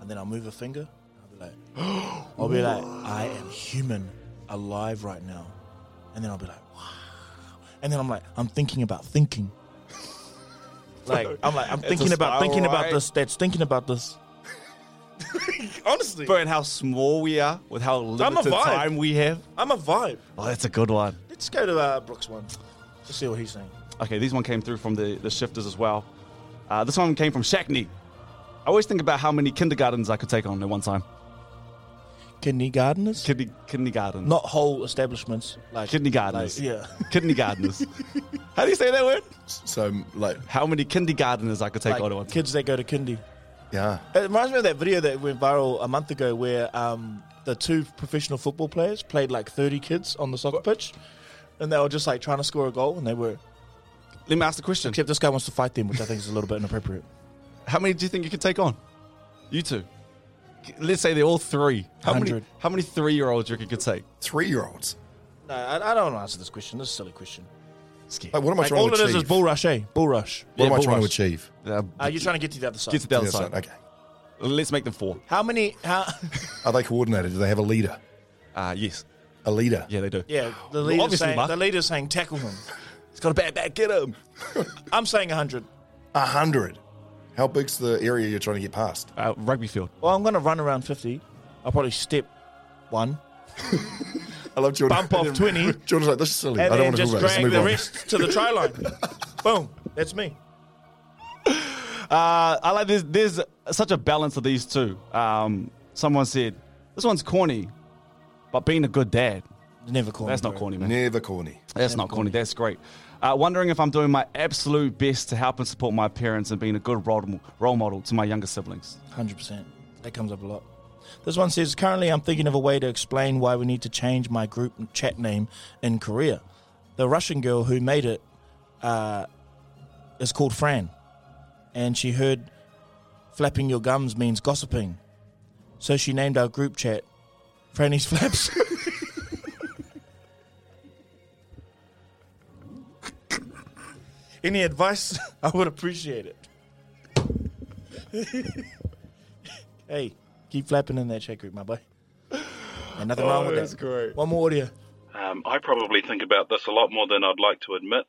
Speaker 1: and then I'll move a finger. I'll be like, I'll be like, I am human, alive right now, and then I'll be like, wow, and then I'm like, I'm thinking about thinking. Like I'm like I'm
Speaker 3: It's a
Speaker 1: thinking about thinking
Speaker 3: spiral,
Speaker 1: about
Speaker 3: right?
Speaker 1: this. That's thinking about this. Honestly,
Speaker 3: Bro, and how small we are with how limited
Speaker 1: vibe.
Speaker 3: time we have.
Speaker 1: I'm a vibe.
Speaker 3: Oh, that's a good one.
Speaker 1: Let's go to uh, Brooks one. Let's see what he's saying.
Speaker 3: Okay, these one came through from the, the shifters as well. Uh, this one came from Shackney. I always think about how many kindergartens I could take on at one time.
Speaker 1: Kindergarteners,
Speaker 3: Kidney, kindergarten.
Speaker 1: not whole establishments like
Speaker 3: Kindergarteners.
Speaker 1: like, yeah.
Speaker 3: Kindergarteners. how do you say that word?
Speaker 4: So, like,
Speaker 3: How many kindergarteners I could take on at one
Speaker 1: like
Speaker 3: time.
Speaker 1: kids that go to kindy.
Speaker 4: yeah.
Speaker 1: It reminds me of that video that went viral a month ago where um, the two professional football players played like 30 kids on the soccer pitch and they were just like trying to score a goal and they were.
Speaker 3: Let me ask the question.
Speaker 1: Except this guy wants to fight them, which I think is a little bit inappropriate.
Speaker 3: How many do you think you could take on? You two. Let's say they're all three. How many?
Speaker 1: 100.
Speaker 3: How many three-year-olds do you reckon you could take?
Speaker 4: Three year olds.
Speaker 1: No, I, I don't want to answer this question. This is a silly question.
Speaker 4: Like, what am I
Speaker 1: Like,
Speaker 4: trying
Speaker 1: all
Speaker 4: to
Speaker 1: it
Speaker 4: achieve?
Speaker 1: is is bull rush, eh? Bull rush.
Speaker 4: what am I
Speaker 3: bull
Speaker 4: trying
Speaker 3: rush.
Speaker 4: to achieve?
Speaker 3: Uh,
Speaker 1: Uh, you're trying to get to the other side.
Speaker 3: get to the other
Speaker 4: Yeah, so-
Speaker 3: side.
Speaker 4: Okay.
Speaker 3: Let's make them four.
Speaker 1: How many? How,
Speaker 4: Are they coordinated? Do they have a leader?
Speaker 3: Uh, yes.
Speaker 4: A leader.
Speaker 3: Yeah, they do.
Speaker 1: Yeah, the
Speaker 3: Well,
Speaker 1: leader's,
Speaker 3: obviously,
Speaker 1: saying,
Speaker 3: Mark.
Speaker 1: the leader's saying tackle him.
Speaker 3: He's got a bad back, get him.
Speaker 1: I'm saying 100.
Speaker 4: A hundred. How big's the area you're trying to get past?
Speaker 3: Uh, rugby field.
Speaker 1: Well, I'm going to run around 50. I'll probably step one.
Speaker 4: I love Jordan.
Speaker 1: Bump off 20.
Speaker 4: Jordan's like, this is silly.
Speaker 1: And
Speaker 4: I don't
Speaker 1: then
Speaker 4: want to talk
Speaker 1: just
Speaker 4: about this.
Speaker 1: drag
Speaker 4: Move
Speaker 1: the
Speaker 4: on.
Speaker 1: rest to the try line. Boom. That's me.
Speaker 3: Uh, I like this. There's such a balance of these two. Um, someone said, this one's corny, but being a good dad,
Speaker 1: Never call
Speaker 3: that's
Speaker 1: me,
Speaker 3: not
Speaker 1: bro.
Speaker 3: corny, man.
Speaker 4: Never corny.
Speaker 3: That's not corny. That's great. Uh, wondering if I'm doing my absolute best to help and support my parents and being a good role model, role model to my younger siblings.
Speaker 1: 100%. That comes up a lot. This one says Currently, I'm thinking of a way to explain why we need to change my group chat name in Korea. The Russian girl who made it uh, is called Fran, and she heard flapping your gums means gossiping. So she named our group chat Franny's Flaps. Any advice? I would appreciate it. Hey, keep flapping in that chat group, my boy. Ain't nothing wrong with that. Oh, That's great. One more audio.
Speaker 11: Um, I probably think about this a lot more than I'd like to admit,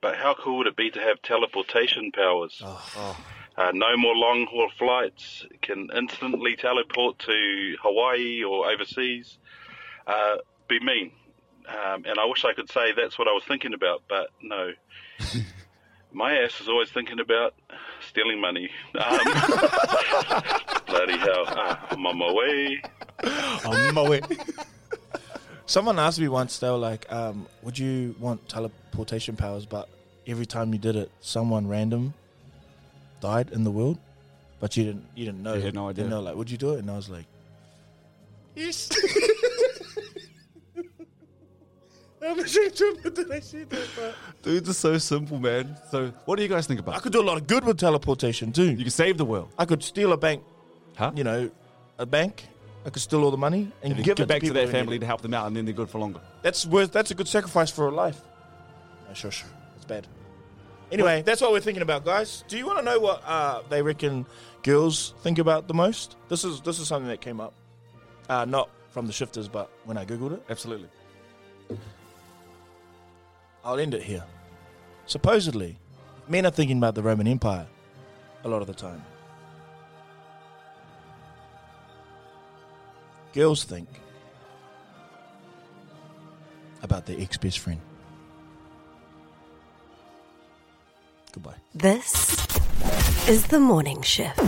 Speaker 11: but how cool would it be to have teleportation powers? Uh, no more long haul flights, can instantly teleport to Hawaii or overseas. Uh, be mean. Um, and I wish I could say that's what I was thinking about, but no. My ass is always thinking about stealing money. Um, bloody hell. Uh, I'm on my way.
Speaker 1: Someone asked me once, they were like, um, would you want teleportation powers, but every time you did it, someone random died in the world? But you didn't you didn't know.
Speaker 3: You had no idea.
Speaker 1: And they were like, would you do it? And I was like, Yes. I'm ashamed to admit that I said that, but
Speaker 3: Dudes are so simple, man. So, what do you guys think
Speaker 1: I
Speaker 3: about?
Speaker 1: could do a lot of good with teleportation too.
Speaker 3: You can save the world.
Speaker 1: I could steal a bank,
Speaker 3: Huh?
Speaker 1: you know, a bank. I could steal all the money and,
Speaker 3: And
Speaker 1: give
Speaker 3: give
Speaker 1: it
Speaker 3: back to
Speaker 1: people
Speaker 3: their
Speaker 1: who need
Speaker 3: family
Speaker 1: it.
Speaker 3: to help them out, and then they're good for longer.
Speaker 1: That's worth. That's a good sacrifice for a life. No, sure, sure. It's bad. Anyway, that's what we're thinking about, guys. Do you want to know what uh, they reckon girls think about the most? This is this is something that came up, uh, not from the shifters, but when I googled it.
Speaker 3: Absolutely.
Speaker 1: I'll end it here. Supposedly, men are thinking about the Roman Empire a lot of the time. Girls think about their ex best friend. Goodbye.
Speaker 2: This is the morning shift.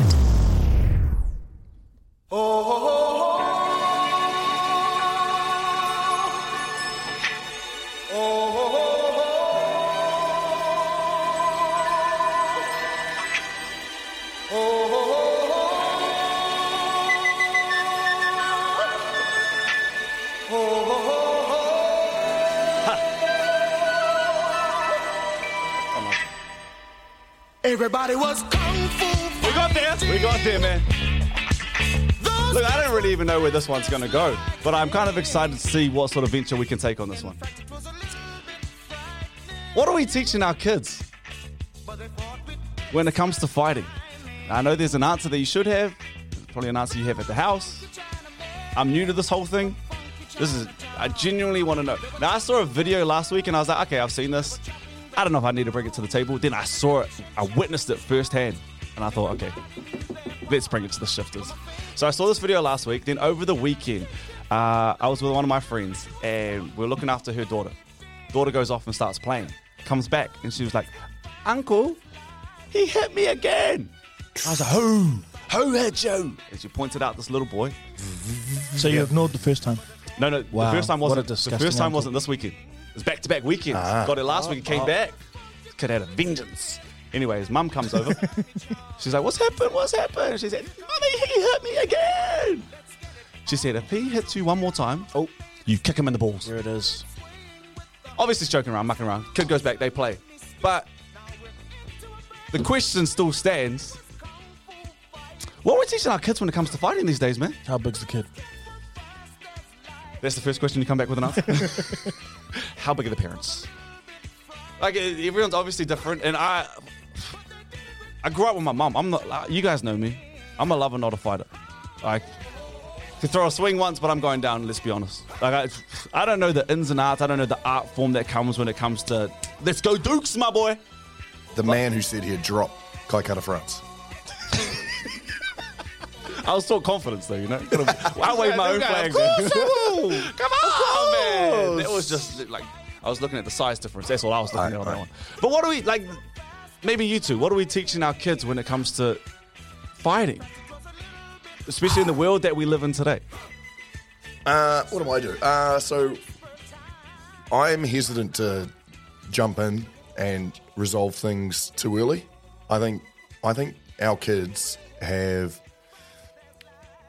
Speaker 6: Everybody was kung fu.
Speaker 3: We got there. We got there, man. Look, I don't really even know where this one's going to go, but I'm kind of excited to see what sort of venture we can take on this one. What are we teaching our kids when it comes to fighting? I know there's an answer that you should have, probably an answer you have at the house. I'm new to this whole thing. This is, I genuinely want to know. Now, I saw a video last week and I was like, okay, I've seen this. I don't know if I need to bring it to the table. Then I saw it, I witnessed it firsthand, and I thought, okay, let's bring it to the shifters. So I saw this video last week. Then over the weekend, uh, I was with one of my friends, and we are looking after her daughter. Daughter goes off and starts playing. Comes back, and she was like, "Uncle, he hit me again." I was like, "Who? Who hit you?" And she pointed out this little boy.
Speaker 1: So you ignored the first time.
Speaker 3: No, no,
Speaker 1: Wow,
Speaker 3: the first time
Speaker 1: what a
Speaker 3: wasn't. The
Speaker 1: disgusting
Speaker 3: first time
Speaker 1: uncle. Ah.
Speaker 3: wasn't this weekend. It was back to back weekends. Got it last week. Came back. Could have had a vengeance. Anyway, his mum comes over. She's like, "What's happened? What's happened?" She said, "Mummy, he hit me again." She said, "If he hits you one more time, oh, you kick him in the balls."
Speaker 1: Here it is.
Speaker 3: Obviously, he's joking around, mucking around. Kid goes back. They play, but the question still stands. What are we teaching our kids when it comes to fighting these days, man?
Speaker 1: How big's the kid?
Speaker 3: That's the first question you come back with an answer. How big are the parents? Like uh, everyone's obviously different, and I, uh, I grew up with my mom. I'm not. like, you guys know me. I'm a lover, not a fighter. Like could throw a swing once, but I'm going down. Let's be honest. Like I, I don't know the ins and outs. I don't know the art form that comes when it comes to let's go Dukes, my boy.
Speaker 4: The man who said he'd drop Kaikata France.
Speaker 3: I was so confident though, you know. I waved my own flag. Come on, man. It was just like I was looking at the size difference. That's all I was looking at on that one. But what do we like? Maybe you two. What are we teaching our kids when it comes to fighting, especially in the world that we live in today?
Speaker 4: Uh, what do I do? Uh, so I'm hesitant to jump in and resolve things too early. I think I think our kids have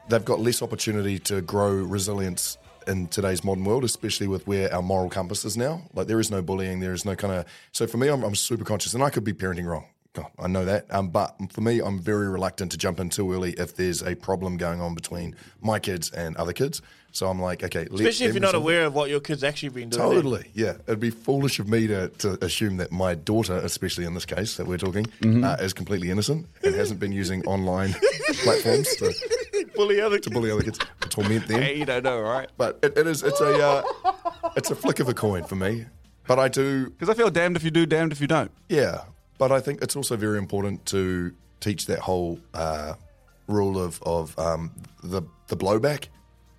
Speaker 4: they've got less opportunity to grow resilience in today's modern world, especially with where our moral compass is now. Like there is no bullying, there is no kind of. So for me, I'm, I'm super conscious, and I could be parenting wrong. God, I know that. Um, but for me, I'm very reluctant to jump in too early if there's a problem going on between my kids and other kids. So I'm like, okay, let
Speaker 1: Especially if
Speaker 4: them
Speaker 1: you're not
Speaker 4: resolve-
Speaker 1: aware of what your kid's actually been doing.
Speaker 4: Totally, yeah. It'd be foolish of me to, to assume that my daughter, especially in this case that we're talking,
Speaker 1: Mhm.
Speaker 4: uh, is completely innocent and hasn't been using online platforms to,
Speaker 1: bully other
Speaker 4: to bully other kids, to torment them.
Speaker 3: you don't know, right?
Speaker 4: But it, it is it's a uh, it's a flick of a coin for me. But I do
Speaker 3: because I feel damned if you do, damned if you don't.
Speaker 4: Yeah, but I think it's also very important to teach that whole uh, rule of of um, the the blowback.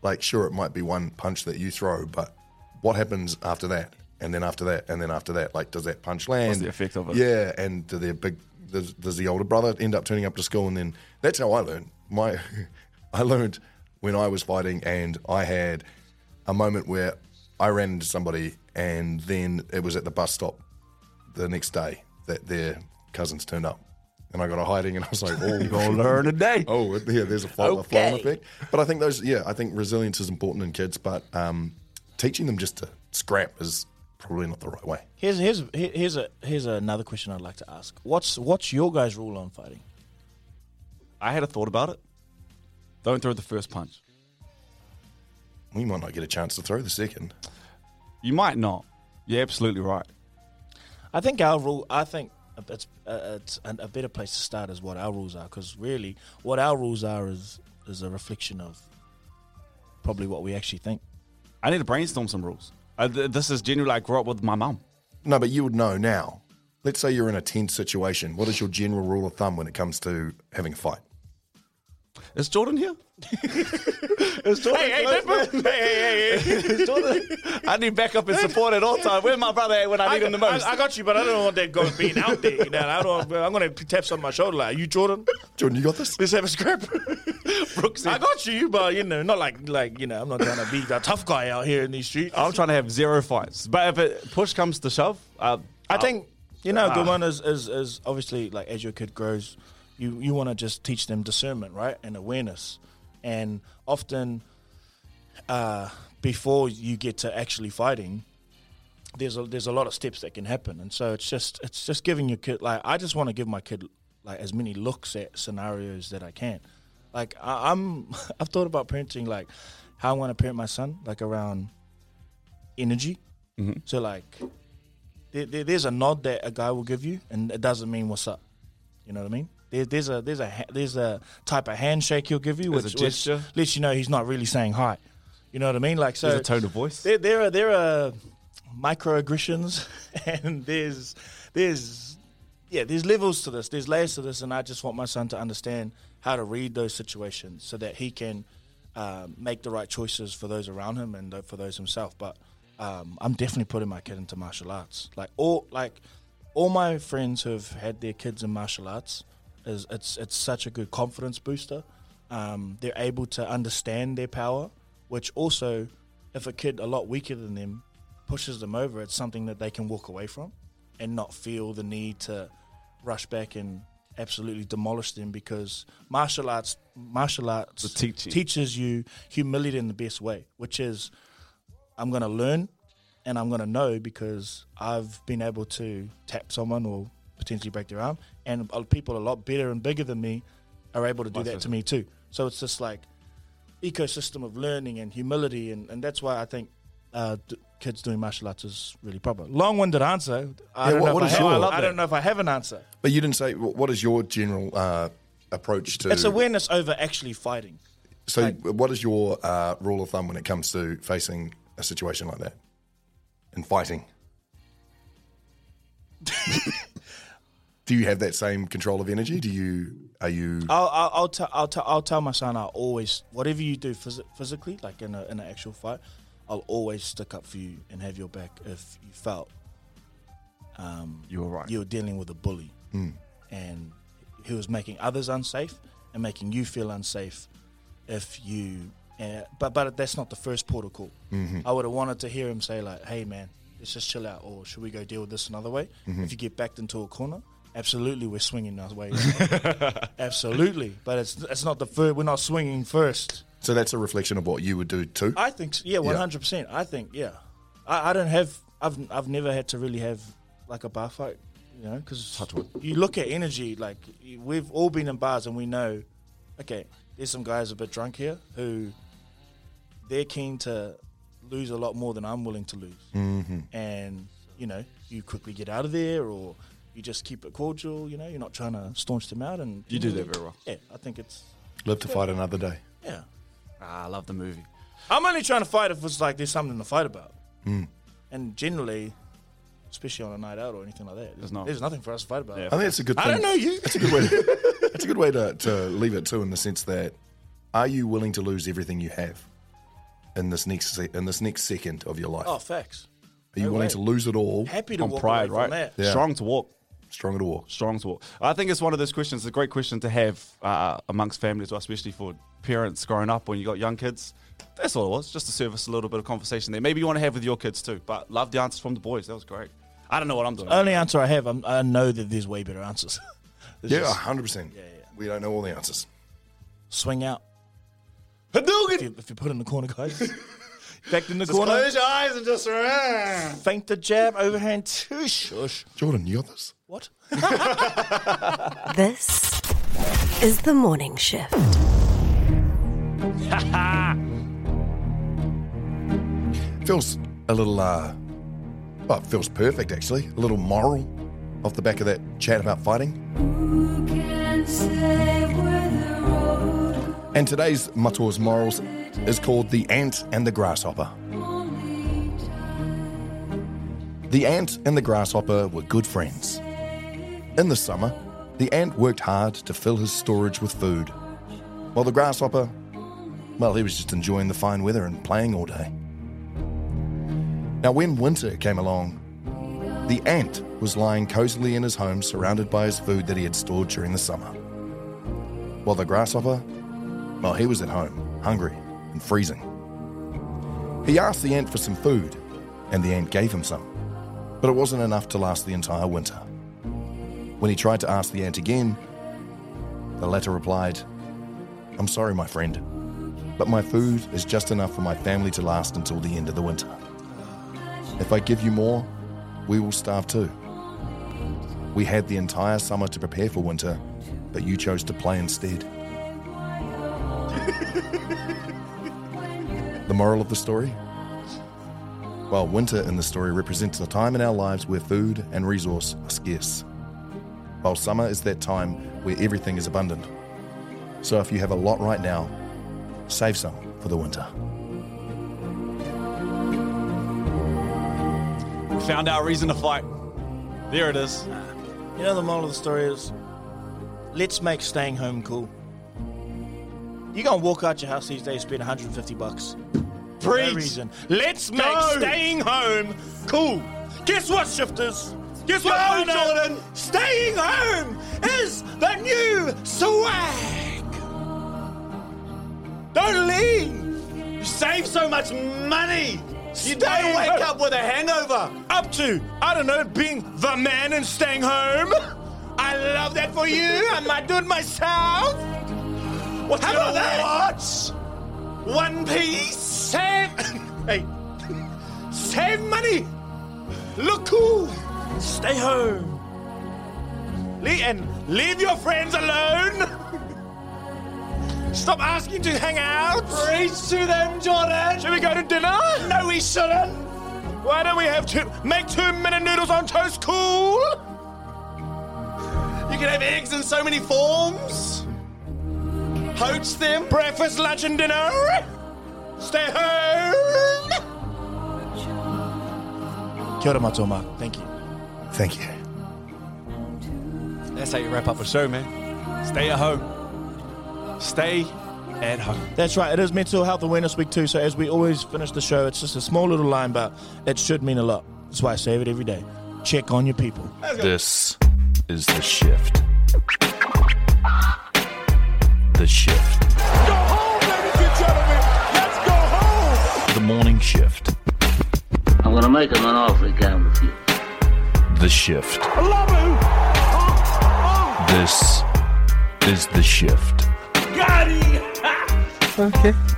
Speaker 4: Like, sure, it might be one punch that you throw, but what happens after that, and then after that, and then after that? Like, does that punch land?
Speaker 3: the effect of it?
Speaker 4: Yeah, and do their big does, does the older brother end up turning up to school, and then that's how I learned. My I learned when I was fighting, and I had a moment where I ran into somebody, and then it was at the bus stop the next day that their cousins turned up. And I got a hiding, and I was like, "Oh,
Speaker 3: You're gonna learn
Speaker 4: today." Oh, yeah, there's a fly, a fly on
Speaker 3: Okay.
Speaker 4: effect. But I think those, yeah, I think resilience is important in kids, but um, teaching them just to scrap is probably not the right way.
Speaker 1: Here's here's here- here's a here's another question I'd like to ask. What's what's your guys' rule on fighting?
Speaker 3: I had a thought about it. Don't throw the first punch.
Speaker 4: We might not get a chance to throw the second.
Speaker 3: You might not. You're absolutely right.
Speaker 1: I think our rule. I think it's uh, it's an, a better place to start is what our rules are because really what our rules are is is a reflection of probably what we actually think.
Speaker 3: I need to brainstorm some rules. Uh, th- this is genuinely. I grew up with my mum.
Speaker 4: No, but you would know now. Let's say you're in a tense situation. What is your general rule of thumb when it comes to having a fight?
Speaker 3: Is Jordan here? It's Jordan. Hey, hey, Pippa. hey, hey, hey, hey. It's Jordan. I need backup and support at all times. Where's my brother at when I need him the most?
Speaker 1: I, I got you, but I don't want that guy being out there. You know, I don't. I'm gonna tap on my shoulder like, "You Jordan,
Speaker 4: Jordan, you got this.
Speaker 1: Let's have a scrap." Brooks, I got you, but you know, not like like you know, I'm not trying to be the tough guy out here in these streets.
Speaker 3: I'm trying to have zero fights. But if it push comes to shove, uh,
Speaker 1: I think you know,
Speaker 3: Ah.
Speaker 1: good one is, is is obviously like as your kid grows, you you want to just teach them discernment, right, and awareness, and often uh, before you get to actually fighting, there's a, there's a lot of steps that can happen, and so it's just it's just giving your kid like I just want to give my kid like as many looks at scenarios that I can. Like I, I'm I've thought about parenting like how I want to parent my son like around energy.
Speaker 3: Mm-hmm.
Speaker 1: So like there, there, there's a nod that a guy will give you, and it doesn't mean what's up. You know what I mean? There, there's a there's a ha- there's a type of handshake he'll give you,
Speaker 3: There's
Speaker 1: which,
Speaker 3: a
Speaker 1: which
Speaker 3: gesture.
Speaker 1: lets you know he's not really saying hi. You know what I mean? Like so,
Speaker 3: There's a tone of voice.
Speaker 1: There, there are there are microaggressions, and there's there's yeah, there's levels to this. There's layers to this, and I just want my son to understand how to read those situations so that he can um, make the right choices for those around him and tho- for those himself. But um, I'm definitely putting my kid into martial arts. Like all like all my friends who've had their kids in martial arts is it's it's such a good confidence booster. Um, they're able to understand their power, which also, if a kid a lot weaker than them pushes them over, it's something that they can walk away from and not feel the need to rush back and absolutely demolish them because martial arts martial arts teaches you humility in the best way, which is I'm going to learn and I'm going to know because I've been able to tap someone or potentially break their arm, and uh, people a lot better and bigger than me are able to do
Speaker 3: Vice
Speaker 1: that
Speaker 3: versa.
Speaker 1: to me too. So it's just like ecosystem of learning and humility, and, and that's why I think uh, d- kids doing martial arts is really proper. Long-winded answer.
Speaker 4: Yeah,
Speaker 1: I, don't,
Speaker 4: what-
Speaker 1: know
Speaker 4: what
Speaker 1: if
Speaker 4: is
Speaker 1: I, have,
Speaker 4: your-
Speaker 1: I
Speaker 4: I love
Speaker 1: don't
Speaker 4: that.
Speaker 1: know if I have an answer.
Speaker 4: But you didn't say wh- what is your general uh, approach to
Speaker 1: It's awareness over actually fighting.
Speaker 4: So, what is your uh, rule of thumb when it comes to facing a situation like that and fighting? Do you have that same control of energy? Do you are you
Speaker 1: I'll I'll I'll, t- I'll, t- I'll tell my son I'll always whatever you do phys- physically like in a, in an actual fight I'll always stick up for you and have your back if you felt um,
Speaker 4: you were right
Speaker 1: you were dealing with a bully
Speaker 4: Mm.
Speaker 1: and he was making others unsafe and making you feel unsafe if you uh, but but that's not the first protocol
Speaker 6: Mhm.
Speaker 1: I would have wanted to hear him say like hey man let's just chill out or should we go deal with this another way
Speaker 6: Mhm.
Speaker 1: if you get backed into a corner absolutely we're swinging our way absolutely but it's it's not the first we're not swinging first
Speaker 4: So that's a reflection of what you would do too.
Speaker 1: I think s- yeah, one hundred percent. I think yeah. I, I don't have. I've I've never had to really have like a bar fight, you know, because you look at energy. Like you- we've all been in bars and we know, okay, there's some guys a bit drunk here who they're keen to lose a lot more than I'm willing to lose,
Speaker 3: Mm-hmm.
Speaker 6: Mhm.
Speaker 1: and you know, you quickly get out of there or. You just keep it cordial, you know. You're not trying to staunch them out, and
Speaker 3: You do that very well.
Speaker 1: Yeah, I think it's
Speaker 4: Live to fight another day.
Speaker 1: yeah.
Speaker 3: Ah, I love the movie.
Speaker 1: I'm only trying to fight if it's like there's something to fight about.
Speaker 4: Mm.
Speaker 1: And generally, especially on a night out or anything like that, there's,
Speaker 4: not.
Speaker 1: nothing for us to fight about.
Speaker 4: I think that's a good. Thing.
Speaker 1: I don't know you.
Speaker 4: That's a good way. that's a good way to, to leave it too, in the sense that are you willing to lose everything you have in this next se- in this next second of your life?
Speaker 1: Oh, facts.
Speaker 4: are you
Speaker 1: no
Speaker 4: willing
Speaker 1: way.
Speaker 4: to lose it all?
Speaker 1: Happy to On walk pride, away from right? that.
Speaker 3: Strong to walk.
Speaker 4: Strong to walk.
Speaker 3: Strong to walk. I think it's one of those questions. It's a great question to have uh, amongst families, well, especially for parents growing up when you got young kids. That's all it was. Just to surface a little bit of conversation there. Maybe you want to have with your kids too. But love the answers from the boys. That was great. I don't know what I'm doing.
Speaker 1: Only answer I have, I'm, I know that there's way better answers. There's
Speaker 4: Yeah,
Speaker 1: just-
Speaker 4: hundred percent. We don't know all the answers.
Speaker 1: Swing out. If you, if you put it in the corner, guys. Back in the
Speaker 6: Just
Speaker 1: corner.
Speaker 6: close your eyes
Speaker 3: and just
Speaker 1: Feint the jab, overhand, two shush.
Speaker 4: Jordan, you got this.
Speaker 1: What?
Speaker 2: This is the morning shift.
Speaker 4: Feels a little, uh, well, it feels perfect actually. A little moral off the back of that chat about fighting. And today's Mator's Morals is called The Ant and the Grasshopper. The ant and the grasshopper were good friends. In the summer, the ant worked hard to fill his storage with food, while the grasshopper, well, he was just enjoying the fine weather and playing all day. Now, when winter came along, the ant was lying cozily in his home surrounded by his food that he had stored during the summer. While the grasshopper, well, he was at home, hungry and freezing. He asked the ant for some food, and the ant gave him some, but it wasn't enough to last the entire winter. When he tried to ask the ant again, the latter replied, I'm sorry, my friend, but my food is just enough for my family to last until the end of the winter. If I give you more, we will starve too. We had the entire summer to prepare for winter, but you chose to play instead. the moral of the story? Well, winter in the story represents the time in our lives where food and resource are scarce, while summer is that time where everything is abundant. So if you have a lot right now, save some for the winter.
Speaker 3: Found our reason to fight. There it is.
Speaker 1: You know, the moral of the story is let's make staying home cool. You're going to walk out your house these days, spend 150 bucks. For no
Speaker 6: Preach.
Speaker 1: reason. Let's make
Speaker 6: Go.
Speaker 1: staying home cool. Guess what, shifters? Guess what,
Speaker 6: Go,
Speaker 1: Mona?
Speaker 6: Jordan.
Speaker 1: Staying home is the new swag. Don't leave. You save so much money. You don't wake up
Speaker 3: with a hangover.
Speaker 1: Up to, I don't know, being the man and staying home. I love that for you. I might do it myself. What How about that? What? One piece. Save. hey. Save money. Look cool. Stay home. Le- and leave your friends alone. Stop asking to hang out. Preach to them, Jordan. Should we go to dinner? No, we shouldn't. Why don't we have two? Make two minute noodles on toast cool. You can have eggs in so many forms. Poach them. Breakfast, lunch, and dinner. Stay home. Kia ora mātou, Mark. Thank you.
Speaker 12: Thank you.
Speaker 3: That's how you wrap up a show, man. Stay at home. Stay at home.
Speaker 1: That's right. It is Mental Health Awareness Week too. So as we always finish the show, it's just a small little line, but it should mean a lot. That's why I say it every day. Check on your people.
Speaker 4: This is the shift. The shift. The morning shift.
Speaker 6: I'm gonna make him an offer he can with you.
Speaker 4: The shift.
Speaker 13: I love you.
Speaker 4: This is the shift.
Speaker 13: Got it.
Speaker 14: Okay.